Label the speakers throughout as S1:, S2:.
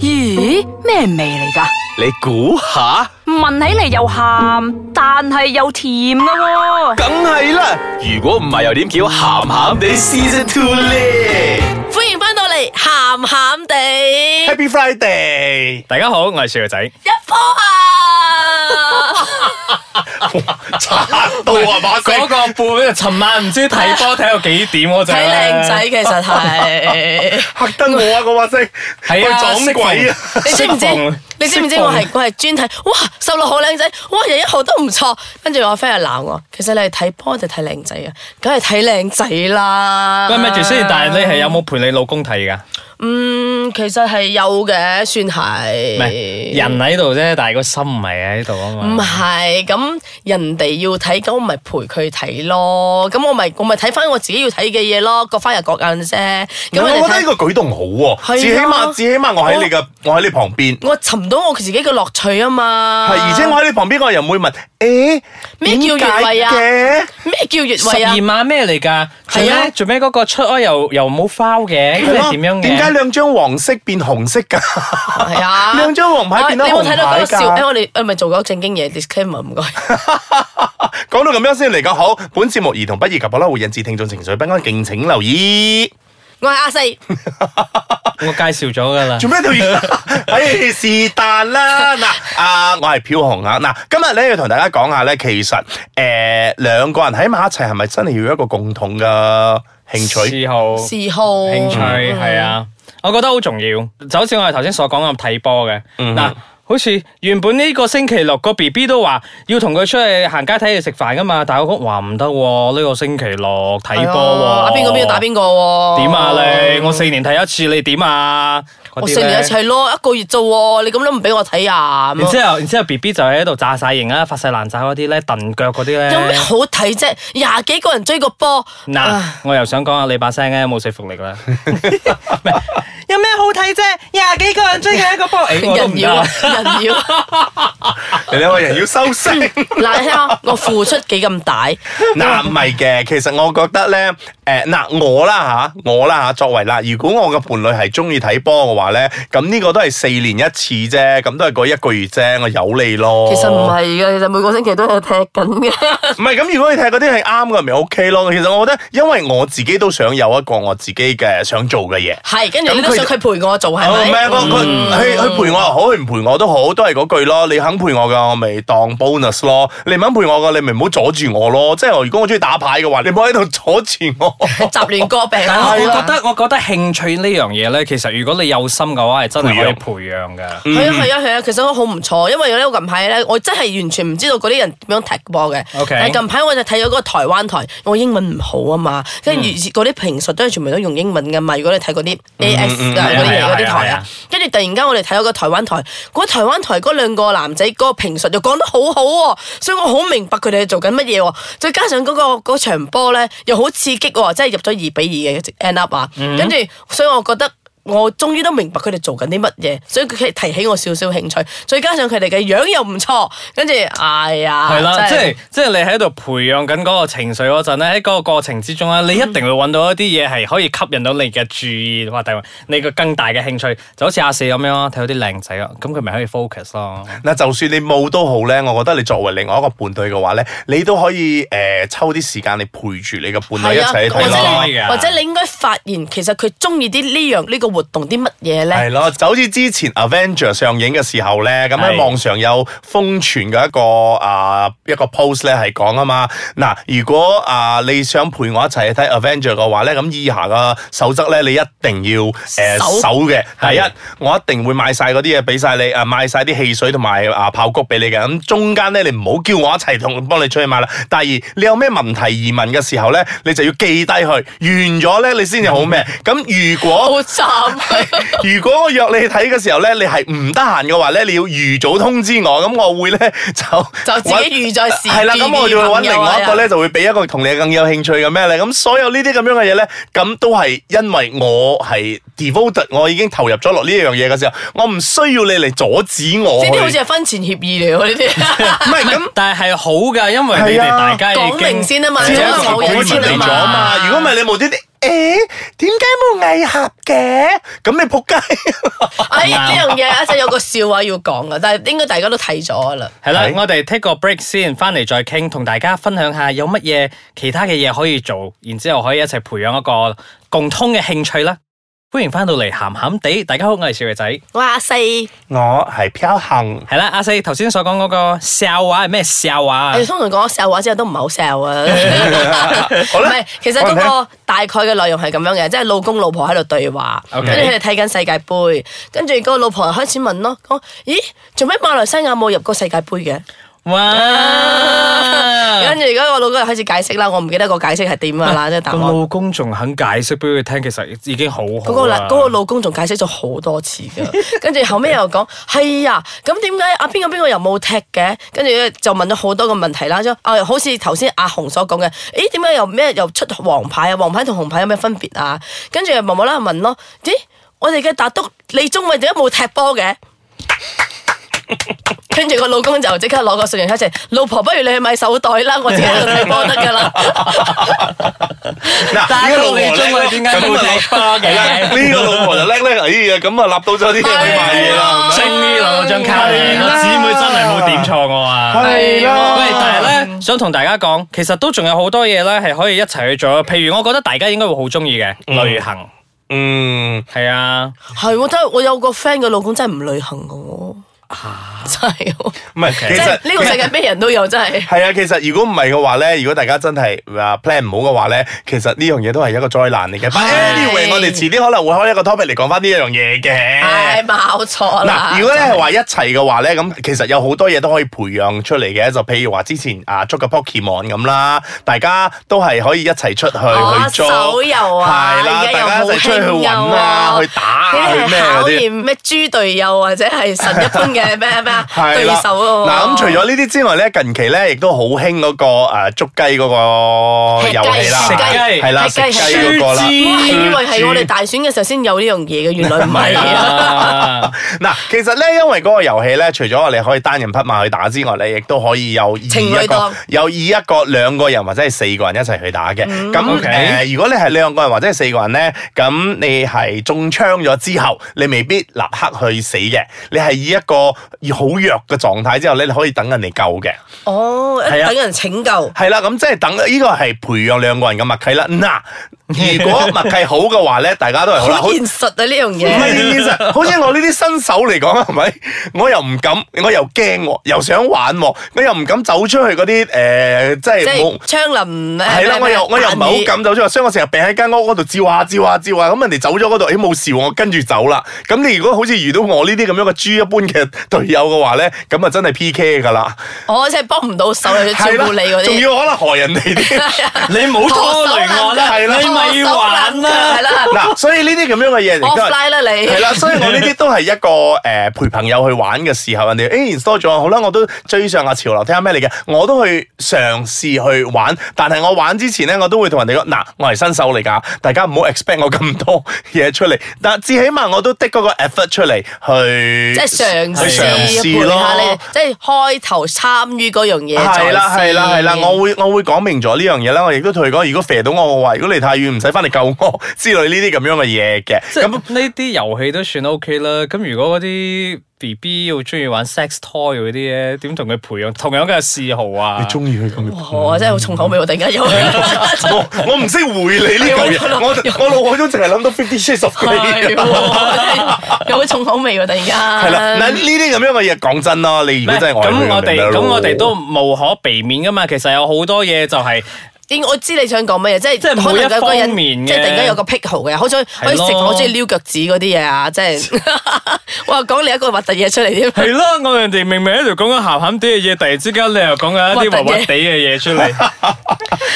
S1: 咦，咩味嚟噶？
S2: 你估下，
S1: 聞起嚟又鹹，但係又甜噶喎、
S2: 梗係啦。如果唔係又點叫鹹鹹地 Season Two 咧
S3: 歡迎翻到嚟，咸咸地
S4: Happy Friday！
S5: 大家好，我係小女仔。
S3: 一科啊！
S4: 擦到啊把聲
S5: 嗰個半，尋晚唔知睇波睇到幾點嗰陣
S3: 睇
S5: 咧
S3: 靚仔其 實係，
S4: 嚇得我啊！嗰把聲
S5: 係啊，
S4: 去撞鬼啊！
S3: 你知唔知
S5: 適逢？
S3: 你知唔知
S5: 適
S3: 我
S5: 逢
S3: 係我係專睇，哇十六好靚仔，哇廿一號都唔錯，跟住我 friend 就鬧我，其實你係睇波定睇靚仔啊？梗係睇靚仔啦。
S5: 喂，咪住先，但係你係有冇陪你老公睇噶？
S3: 嗯，其實係有嘅，算係。
S5: 唔係人喺度啫，但係個心唔係喺度啊
S3: 唔
S5: 嘛。
S3: 係，咁人哋要睇，咁我咪陪佢睇咯。咁我咪我咪睇翻我自己要睇嘅嘢咯，各花入各眼啫。咁
S4: 我
S3: 人
S4: 覺
S3: 哋
S4: 得呢
S3: 睇，
S4: 個舉動好
S3: 係
S4: 喎，
S3: 啊
S4: 至起碼至起碼我喺你嘅我喺你旁邊，
S3: 我尋到我自己嘅樂趣啊嘛。
S4: 係而且我喺你旁邊，我又唔會問誒
S3: 咩叫越位啊
S4: 點解嘅
S3: 咩叫越
S5: 十
S3: 位啊
S5: 二？碼咩嚟㗎？做
S3: 係啊
S5: 咩做咩嗰個出埃又又冇 foul 嘅？咁係點樣嘅？
S4: 點解兩張黃色變紅色㗎？
S3: 係啊，
S4: 兩張黃牌變咗
S3: 你有冇睇到嗰個笑？
S4: 紅牌㗎
S3: 誒，我哋誒咪做咗正經嘢 disclaimer 唔該。
S4: 講到咁樣先嚟講好，本節目兒童不宜及可能會引致聽眾情緒不安，敬請留意。
S3: 我係阿四，
S5: 我介紹咗㗎啦。
S4: 做咩都要？哎，是但啦。嗱，啊，我係飄紅啊。嗱，今日咧要同大家講下咧，其實誒、呃、兩個人喺埋一齊係咪真係要有一個共同嘅興趣？
S5: 嗜好。
S3: 嗜好。
S5: 興趣
S3: 哦
S5: 係啊，我覺得好重要。就好似我哋頭先所講咁睇波嘅，
S3: 嗯
S5: 嗱、好似原本呢個星期六個 B B 都話要同佢出去行街睇嘢食飯噶嘛，但係我講話唔得喎，呢、個星期六睇波喎，
S3: 啊，邊個邊個打邊個喎？
S5: 點啊你？我四年睇一次，你點啊？嗰啲
S3: 我四年一
S5: 咧。
S3: 齊咯，一個月咋喎？你咁都唔俾我睇啊？咁
S5: 然
S3: 樣
S5: 之後，然之後 B B 就喺度炸晒型啊，發晒爛渣嗰啲咧，蹬腳嗰啲咧。
S3: 有咩好睇啫？廿幾個人追個波，
S5: 嗱
S3: 啊，
S5: 我又想講下你把聲咧冇說服力 啦。唔係有咩好睇啫？廿幾個人追緊一 個波，誒我都唔
S3: 人
S5: 得
S3: 妖啊
S5: 啦。
S3: 人 妖，
S4: 你兩個人要 收聲。
S3: 嗱你睇下我付出幾咁大，
S4: 嗱，唔係嘅，其實我覺得咧，誒、嗱，我啦吓，我啦吓，作為啦，如果我嘅伴侶係中意睇波嘅話咧，咁呢個都係四年一次啫，咁都係嗰一個月啫，我有你咯。
S3: 其實唔係嘅，其實每個星期都有踢緊嘅。
S4: 唔係咁，如果你睇嗰啲係啱嘅，咪 OK 咯。其實我覺得，因為我自己都想有一個我自己嘅想做嘅嘢。
S3: 係，跟住你
S4: 咁
S3: 都
S4: 佢
S3: 想佢陪我做係
S4: 哦唔係
S3: 咪？嗯
S4: 佢佢佢佢陪我又好，佢唔陪我都好，都係嗰句咯。你肯陪我嘅，我咪當 bonus 咯。你唔肯陪我嘅，你咪唔好阻住我咯。即係我如果我中意打牌嘅話，你唔好喺度阻住我。
S3: 雜亂歌病
S5: 但
S3: 啊！
S5: 係我覺得，我覺得興趣呢樣嘢咧，其實如果你有心嘅話，係真係可以培養嘅。
S3: 係啊係啊係啊，其實我好唔錯，因為咧我近排咧，我真係完全唔知道嗰啲人點樣踢波嘅。
S5: OK
S3: 但係近排我就睇咗嗰個台灣台，我英文唔好啊嘛，跟住嗰啲評述都係全部都用英文噶嘛。如果你睇嗰啲 AS 啊嗰啲
S5: 係啊係啊
S3: 嗰啲台
S5: 係
S3: 啊
S5: 啊，
S3: 跟住突然間我哋睇咗個台灣台，嗰台灣台嗰兩個男仔嗰個評述就講得好好喎，所以我好明白佢哋係做緊乜嘢喎。再加上嗰個嗰場波咧又好刺激喎，真係入咗二比二嘅 end up 啊，
S4: 嗯
S3: 跟住所以我覺得。我終於都明白佢哋做緊啲乜嘢，所以佢提起我少少興趣，再加上佢哋嘅樣又唔錯，跟住哎呀，
S5: 係啦，即
S3: 真
S5: 係即係你喺度培養緊嗰個情緒嗰陣咧，喺嗰個過程之中咧，
S3: 嗯
S5: 你一定會揾到一啲嘢係可以吸引到你嘅注意，或者你個更大嘅興趣，就好似阿四咁樣啊咯，睇到啲靚仔咯，咁佢咪可以 focus 咯。
S4: 嗱，就算你冇都好咧，我覺得你作為另外一個伴侶嘅話咧，你都可以誒、呃抽啲時間嚟陪住你嘅伴侶一
S3: 係啊，
S4: 齊去
S3: 或者
S4: 睇咯。
S5: 係
S3: 你
S5: 咯
S3: 或者你應該發現其實佢中意啲呢樣呢個活動啲乜嘢咧？
S4: 係咯，就好似之前 Avenger 上映嘅時候咧，咁喺
S5: 係
S4: 網上有瘋傳嘅一個啊、一個 post 咧係講啊嘛，嗱，如果啊、你想陪我一齊去睇 Avenger 嘅話咧，咁以下嘅守則咧，你一定要誒、呃
S3: 守
S4: 守嘅。第一
S5: 係，
S4: 我一定會買晒嗰啲嘢俾晒你，啊買晒啲汽水同埋啊炮谷俾你嘅。咁中間咧，你唔好叫我一齊同幫你出去買啦。第二，你有咩問題疑問嘅時候咧，你就要記低佢，完咗咧你先至好咩。咁如果
S3: 好慘，啊
S4: 如果我約你去睇嘅時候咧，你係唔得閒嘅話咧，你要預早通知我，咁我會咧就
S3: 就自己預在時
S4: 係啦，咁我就會揾另外一個咧，
S3: 係啊
S4: 就會俾一個同你更有興趣嘅咩咧。咁所有呢啲咁樣嘅嘢咧，咁都係因為我係 devoted，我已經投入咗落呢樣嘢嘅時候，我唔需要你嚟阻止我
S3: 呢啲好似
S4: 去。
S3: 係婚前協議嚟喎，呢 啲
S4: 唔係咁。
S5: 但係係好㗎，因為你哋大家已經
S3: 講明先啊嘛
S5: 係一個
S3: 因為冇嘢
S4: 我
S3: 先啊
S4: 出嚟
S3: 嘛
S4: 咗嘛，如果唔係你無端端诶，點解冇藝俠嘅？咁你仆街！
S3: 哎，呢樣嘢一陣有個笑話要講噶，但係應該大家都睇咗啦。
S5: 系啦
S4: 係，
S5: 我哋 take 個 break 先，翻嚟再傾，同大家分享下有乜嘢其他嘅嘢可以做，然之后可以一齊培養一個共通嘅興趣啦。歡迎翻到嚟鹹鹹地，大家好，我係小肥仔。
S3: 我阿四，我
S4: 我係飄行，
S5: 係啦，阿四頭先所講嗰個笑話係咩笑話啊？
S3: 哎哋通常講笑話之後都唔係好笑啊。唔係，其實嗰個大概嘅內容係咁樣嘅，即係老公老婆喺度對話，跟
S5: OK
S3: 住佢哋睇緊世界盃，跟住嗰個老婆開始問咯，講：咦，做咩馬來西亞冇入過世界盃嘅？
S5: 哇！
S3: 跟住嗰個老公又開始解釋啦，我唔記得個解釋係點噶啦，即係答
S5: 個
S3: 案。
S5: 老公仲肯解釋俾佢聽，其實已經好
S4: 啊
S5: 好
S3: 嗰個啦
S5: 啦，。
S3: 嗰個老公仲解釋咗好多次 㗎，跟住後尾又講係啊，咁點解啊邊個邊個又冇踢嘅？跟住咧就問咗好多個問題啦，即係啊好似頭先阿紅所講嘅，咦點解又咩又出黃牌啊？黃牌同紅牌有咩分別啊？跟住又無無啦啦問咯，咦我哋嘅達督李宗偉點解冇踢波嘅？跟住個老公就即刻攞個信用卡出嚟，老婆不如你去買手袋啦，我自己喺度睇波得㗎啦。
S4: 嗱
S5: 但係
S4: 呢個老婆
S5: 你中
S4: 叻
S5: 國點解冇踢波嘅
S4: 呢個老婆就叻咧，哎呀，咁啊，立到咗啲嘢去買嘢
S3: 啊
S4: 啦，
S5: 終於攞到張卡
S4: 係
S5: 嚟，我
S4: 啦
S5: 姊妹真啊係冇點錯我啊！
S4: 係啦
S5: 喂，但係咧，想同大家講，其實都仲有好多嘢咧係可以一齊去做，譬如我覺得大家應該會好中意嘅旅行，
S4: 嗯，
S5: 係啊，
S3: 係喎，真係我有個 friend 嘅老公真係唔旅行嘅喎。真係喎，
S4: 唔係，其
S3: 即
S4: 實
S3: 係呢個世界咩人都有，真係。
S4: 係啊，其實如果唔係嘅話咧，如果大家真係啊 plan 唔好嘅話咧，其實呢樣嘢都係一個災難嚟嘅。But anyway，我哋遲啲可能會開一個 topic 嚟講翻呢樣嘢嘅。
S3: 唉，冇錯啦。
S4: 嗱，如果你係話一齊嘅話咧，咁其實有好多嘢都可以培養出嚟嘅，就譬如話之前啊捉個 Pokemon 咁啦，大家都係可以一齊出去
S3: 哦
S4: 去捉，
S3: 手遊啊
S4: 係啦，
S3: 而家又
S4: 大家一齊出去去揾啊，
S3: 好興㗎喎
S4: 去打啊，
S3: 呢啲
S4: 去咩
S3: 係
S4: 嗰
S3: 考
S4: 啲。
S3: 驗咩豬隊友或者係神一般 嘅咩咩啊
S4: 係
S3: 對
S4: 啦
S3: 手喎。
S4: 嗱咁除咗呢啲之外咧，近期咧亦都好興嗰個誒捉雞嗰個遊戲啦，
S5: 食雞
S4: 係啦，
S3: 食
S4: 食
S3: 雞
S4: 雞嗰個
S3: 我
S4: 啦。
S3: 係以為係我哋大選嘅時候先有呢樣嘢嘅，原來唔係啊。
S5: 啊，
S4: 嗱，其實咧，因為嗰個遊戲咧，除咗我哋可以單人匹馬去打之外咧，亦都可以有以
S3: 情侶
S4: 一個
S3: 檔
S4: 有以一個兩個人或者係四個人一齊去打嘅。
S3: 嗯
S4: 咁誒
S5: OK
S4: 如果你係兩個人或者係四個人咧，咁你係中槍咗之後，你未必立刻去死嘅，你係以一個好弱嘅狀態之後咧，你可以等人嚟救嘅。
S3: 哦，一
S4: 係啊
S3: 等人拯救。
S4: 係啦，咁即係等呢個係培養兩個人嘅默契啦。嗱，如果默契好嘅話咧，大家都係好啦，好
S3: 好現實啊呢樣
S4: 唔係
S3: 嘢，
S4: 其 實好似我呢啲新手嚟講，係咪？我又唔敢，我又驚喎，又想玩喎，我又唔敢走出去嗰啲誒，即
S3: 即
S4: 係冇
S3: 係。槍林咩
S4: 係啦，我又我又唔係好
S3: 咩
S4: 敢走出去，所以我成日病喺間屋嗰度照下照下照下，咁人哋走咗嗰度，誒冇事喎，我跟住走啦。咁你如果好似遇到我呢啲咁樣嘅豬一般嘅隊友嘅話咧，咁啊真係 P K 㗎啦，
S3: 我即係幫唔到手又要照
S4: 係啦
S3: 顧你嗰，
S4: 仲
S3: 啲。
S4: 要可能害人哋啲。
S5: 你唔好拖累我啦，
S4: 係啦
S5: 你咪玩啦
S3: 係。啦
S4: 嗱，所以呢啲咁樣嘅嘢亦都係。
S3: ，offline 啦 你。
S4: 係啦，所以我呢啲都係一個誒、呃陪朋友去玩嘅時候，人哋誒 install 咗，啊好啦，我都追上下潮流，睇下咩嚟嘅，我都去嘗試去玩。但係我玩之前咧，我都會同人哋講，嗱，我係新手嚟㗎，大家唔好 expect 我咁多嘢出嚟。但至起碼我都的嗰個 effort 出嚟去，
S3: 即係嘗試
S4: 去嘗
S3: 陪
S4: 試
S3: 下你
S4: 咯。，
S3: 即係開頭參與嗰樣嘢再
S4: 係啦，係啦，
S3: 試
S4: 係啦，我會我會講明咗呢樣嘢啦。我亦都同佢講，如果肥到我，我話如果你太遠，唔使翻嚟救我之類呢啲咁樣嘅嘢嘅。
S5: 即係
S4: 咁
S5: 呢啲遊戲都算 OK 啦。咁如果嗰啲 B B 要中意玩 sex toy 嗰啲咧，點同佢培養同樣嘅嗜好啊？
S4: 你中意佢咁樣
S3: 哇我真係好重口味喎，突然間有。
S4: 我我唔識回你呢嚿嘢，我我腦海中淨係諗到 Fifty Shades of
S3: 係啊
S4: Grey。
S3: 喎有好重口味喎，突然間。
S4: 係啦，嗱呢啲咁樣嘅嘢講真啦，你如果真係愛佢
S5: 咁我哋
S4: 咪
S5: 咁
S4: 咯
S5: 我哋都無可避免噶嘛。其實有好多嘢就係、
S3: 應我知你想講乜嘢，即係
S5: 即係
S3: 可能有個人
S5: 每一方面嘅
S3: 即係突然間有個癖好嘅，好中意可以食，
S5: 咯
S3: 好中意撩腳趾嗰啲嘢啊，即係 哇講你一個核突嘢出嚟添。
S5: 係啦，我哋明明喺度講緊鹹鹹啲嘅嘢，突然之間你又講緊一啲
S3: 核
S5: 核
S3: 突嘢
S5: 核地嘅嘢 出嚟，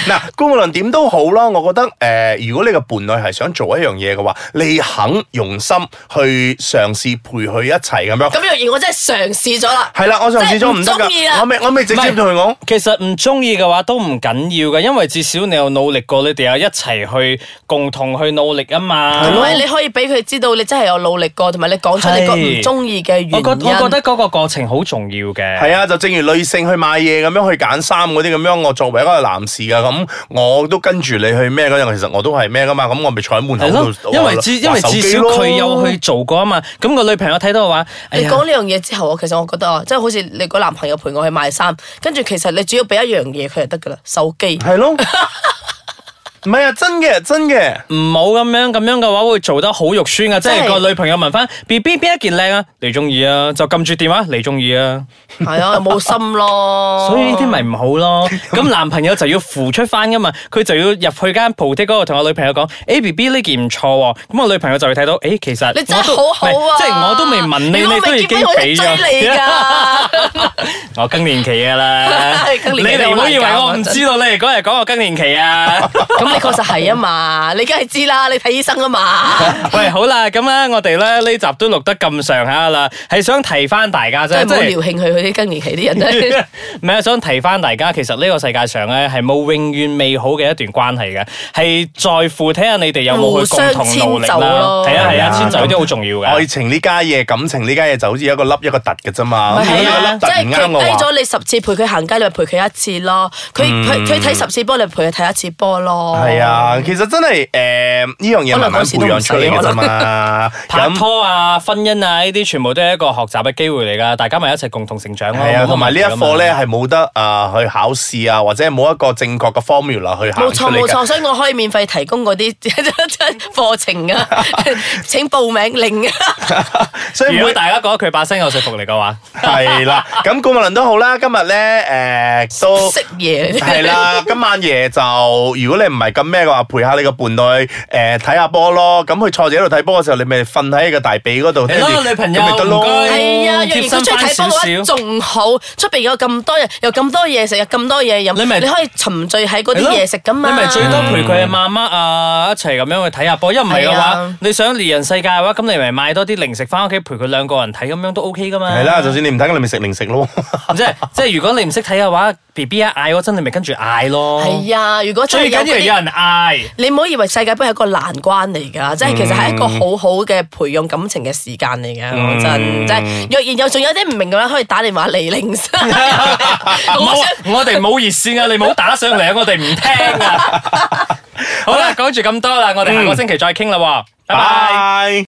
S4: 嗱，姑無論點都好啦，我覺得誒、呃如果你嘅伴侶係想做一樣嘢嘅話，你肯用心去嘗試陪佢一齊咁樣，
S3: 咁樣嘢我真係嘗試咗啦。
S4: 係啦，我嘗試咗唔得
S3: 即係唔中意
S4: 㗎，
S3: 啦
S4: 我咪我咪直接同佢講。
S5: 其實唔中意嘅話都唔緊要嘅，因為至少你有努力過，你哋有一齊去共同去努力啊嘛。
S3: 同埋你可以俾佢知道你真係有努力過，同埋你講出你個唔中意嘅原因。
S5: 我覺我覺得嗰個過程好重要嘅。
S4: 係啊，就正如女性去買嘢咁樣去揀衫嗰啲咁樣，我作為一個男士噶，咁我都跟住你去咩嗰樣，其實我都係咩噶嘛，咁我咪坐喺門
S5: 係
S4: 口
S5: 咯
S4: 度，
S5: 因為
S4: 玩
S5: 至
S4: 手
S5: 因為至
S4: 機
S5: 少
S4: 咯
S5: 佢有去做過啊嘛。咁個女朋友睇到話，哎
S3: 你
S5: 呀，
S3: 講呢樣嘢之後，我其實我覺得啊，即係好似你個男朋友陪我去買衫，跟住其實你只要俾一樣嘢佢就得噶啦，手機。
S4: 係咯，唔係啊，真嘅真嘅。
S5: 唔好咁樣咁樣嘅話，會做得好肉酸噶。即係
S3: 真係
S5: 個女朋友問翻 B B 邊一件靚啊？你中意啊？就撳住電話，你中意啊？
S3: 係啊，冇心咯。
S5: 所以呢啲咪唔好咯。咁男朋友就要付出翻噶嘛，佢就要入去間鋪貼嗰度同我女朋友講：，誒 B B 呢件唔錯喎。咁我女朋友就會睇到，誒其實
S3: 你真係
S5: 我都
S3: 好好啊！
S5: 唔係即係我都未問你，
S3: 如果
S5: 你
S3: 我
S5: 都
S3: 未
S5: 已
S3: 結婚
S5: 經
S3: 我就
S5: 俾
S3: 追你
S5: 咗。
S3: 㗎。，
S5: 我更年期噶啦
S3: 更
S5: 你
S3: 年期
S5: 哋唔好以為我唔知道，你哋嗰日講我更年期啊。
S3: 咁你確實係啊嘛，你梗係知啦，你睇醫生啊嘛。
S5: 喂，好啦，咁啊，我哋咧呢集都錄得咁上下啦，係想提翻大家啫，
S3: 真
S5: 即
S3: 係冇聊
S5: 係
S3: 興佢佢啲更年期啲人咧，
S5: 唔係想提翻大家，其實呢個世界上咧係冇永遠美好嘅一段關係嘅，係在乎睇下你哋有冇去共同努力
S3: 互相遷就
S5: 啦
S3: 咯。
S5: 係啊係啊，
S4: 係啊
S5: 遷就呢啲好重要
S4: 愛
S5: 嘅。
S4: 情呢家嘢，感情呢家嘢就好似一個凹一個凸嘅啫嘛。咁
S5: 係
S4: 如果
S5: 啊
S4: 呢
S3: 即
S4: 個凹凸
S3: 係佢
S4: 唔啱嘅
S3: 低
S4: 話，
S3: 咗你十次陪佢行街，你咪陪佢一次咯。佢
S5: 嗯
S3: 佢佢睇十次波，你陪佢睇一次波咯。
S4: 係，啊，其實真係誒呢樣嘢慢慢培養出嚟嘅啫嘛。
S5: 拍
S4: 咁
S5: 拖啊、婚姻啊呢啲，全部都係一個學習嘅機會嚟噶，大家咪一齊共同成長咯。
S4: 係啊，
S5: 冇乜
S4: 同埋呢一
S5: 問題㗎嘛
S4: 課咧係冇得啊去考試啊，或者冇一個正確嘅 formula 去考
S3: 冇
S4: 出
S3: 錯
S4: 嚟
S3: 冇錯，
S4: 嘅。
S3: 所以我可以免費提供嗰啲 課程啊， 請報名令啊。
S4: 所以
S5: 如果
S4: 每
S5: 大家覺得佢把聲有說服力嘅話，
S4: 係 啦，咁顧問論都好啦，今日咧誒都
S3: 識。嘢
S4: 係啦，今晚夜就如果你唔係咁咩嘅話，陪下你個伴侶誒睇下波咯。咁佢坐住喺度睇波嘅時候，你咪瞓喺個大髀嗰度，
S5: 你攞個女朋友
S4: 咁咪
S5: 唔該
S4: 得咯。
S3: 係啊，若
S5: 貼
S3: 然
S5: 心
S3: 佢中意睇波
S5: 翻
S3: 嘅話，
S5: 少少
S3: 仲好。出邊有咁多人，有咁多嘢食，有咁多嘢飲，
S5: 你咪
S3: 你可以沉醉喺嗰
S5: 係
S3: 啲
S5: 咯
S3: 嘢食噶嘛。
S5: 你咪最多陪佢嘅媽媽啊一齊咁樣去睇下波，一唔係嘅
S3: 係
S5: 話
S3: 啊，
S5: 你想獵人世界嘅話，咁你咪買多啲零食翻屋企陪佢兩個人睇，咁樣都 OK 噶嘛。
S4: 係啦，就算你唔睇，你咪食零食咯。
S5: 即係即係，如果你唔識睇嘅話，B B 一嗌嗰陣，你咪跟住嗌咯。
S3: 係啊，如果真係
S5: 最緊要係
S3: 有
S5: 有
S3: 嗰啲。
S5: 人嗌。
S3: 你唔好以為世界盃係一個難關嚟㗎，即係其實係一個好好嘅培養感情嘅時間嚟㗎。講真，即係若然有仲有啲唔明嘅話，可以打電話嚟零三。 好啊
S5: 冇
S3: 想，
S5: 我哋冇熱線啊！你冇打上嚟，我哋唔 聽啊！好啦，講住咁多啦，我哋下個星期再傾啦喎，拜拜。
S4: 拜。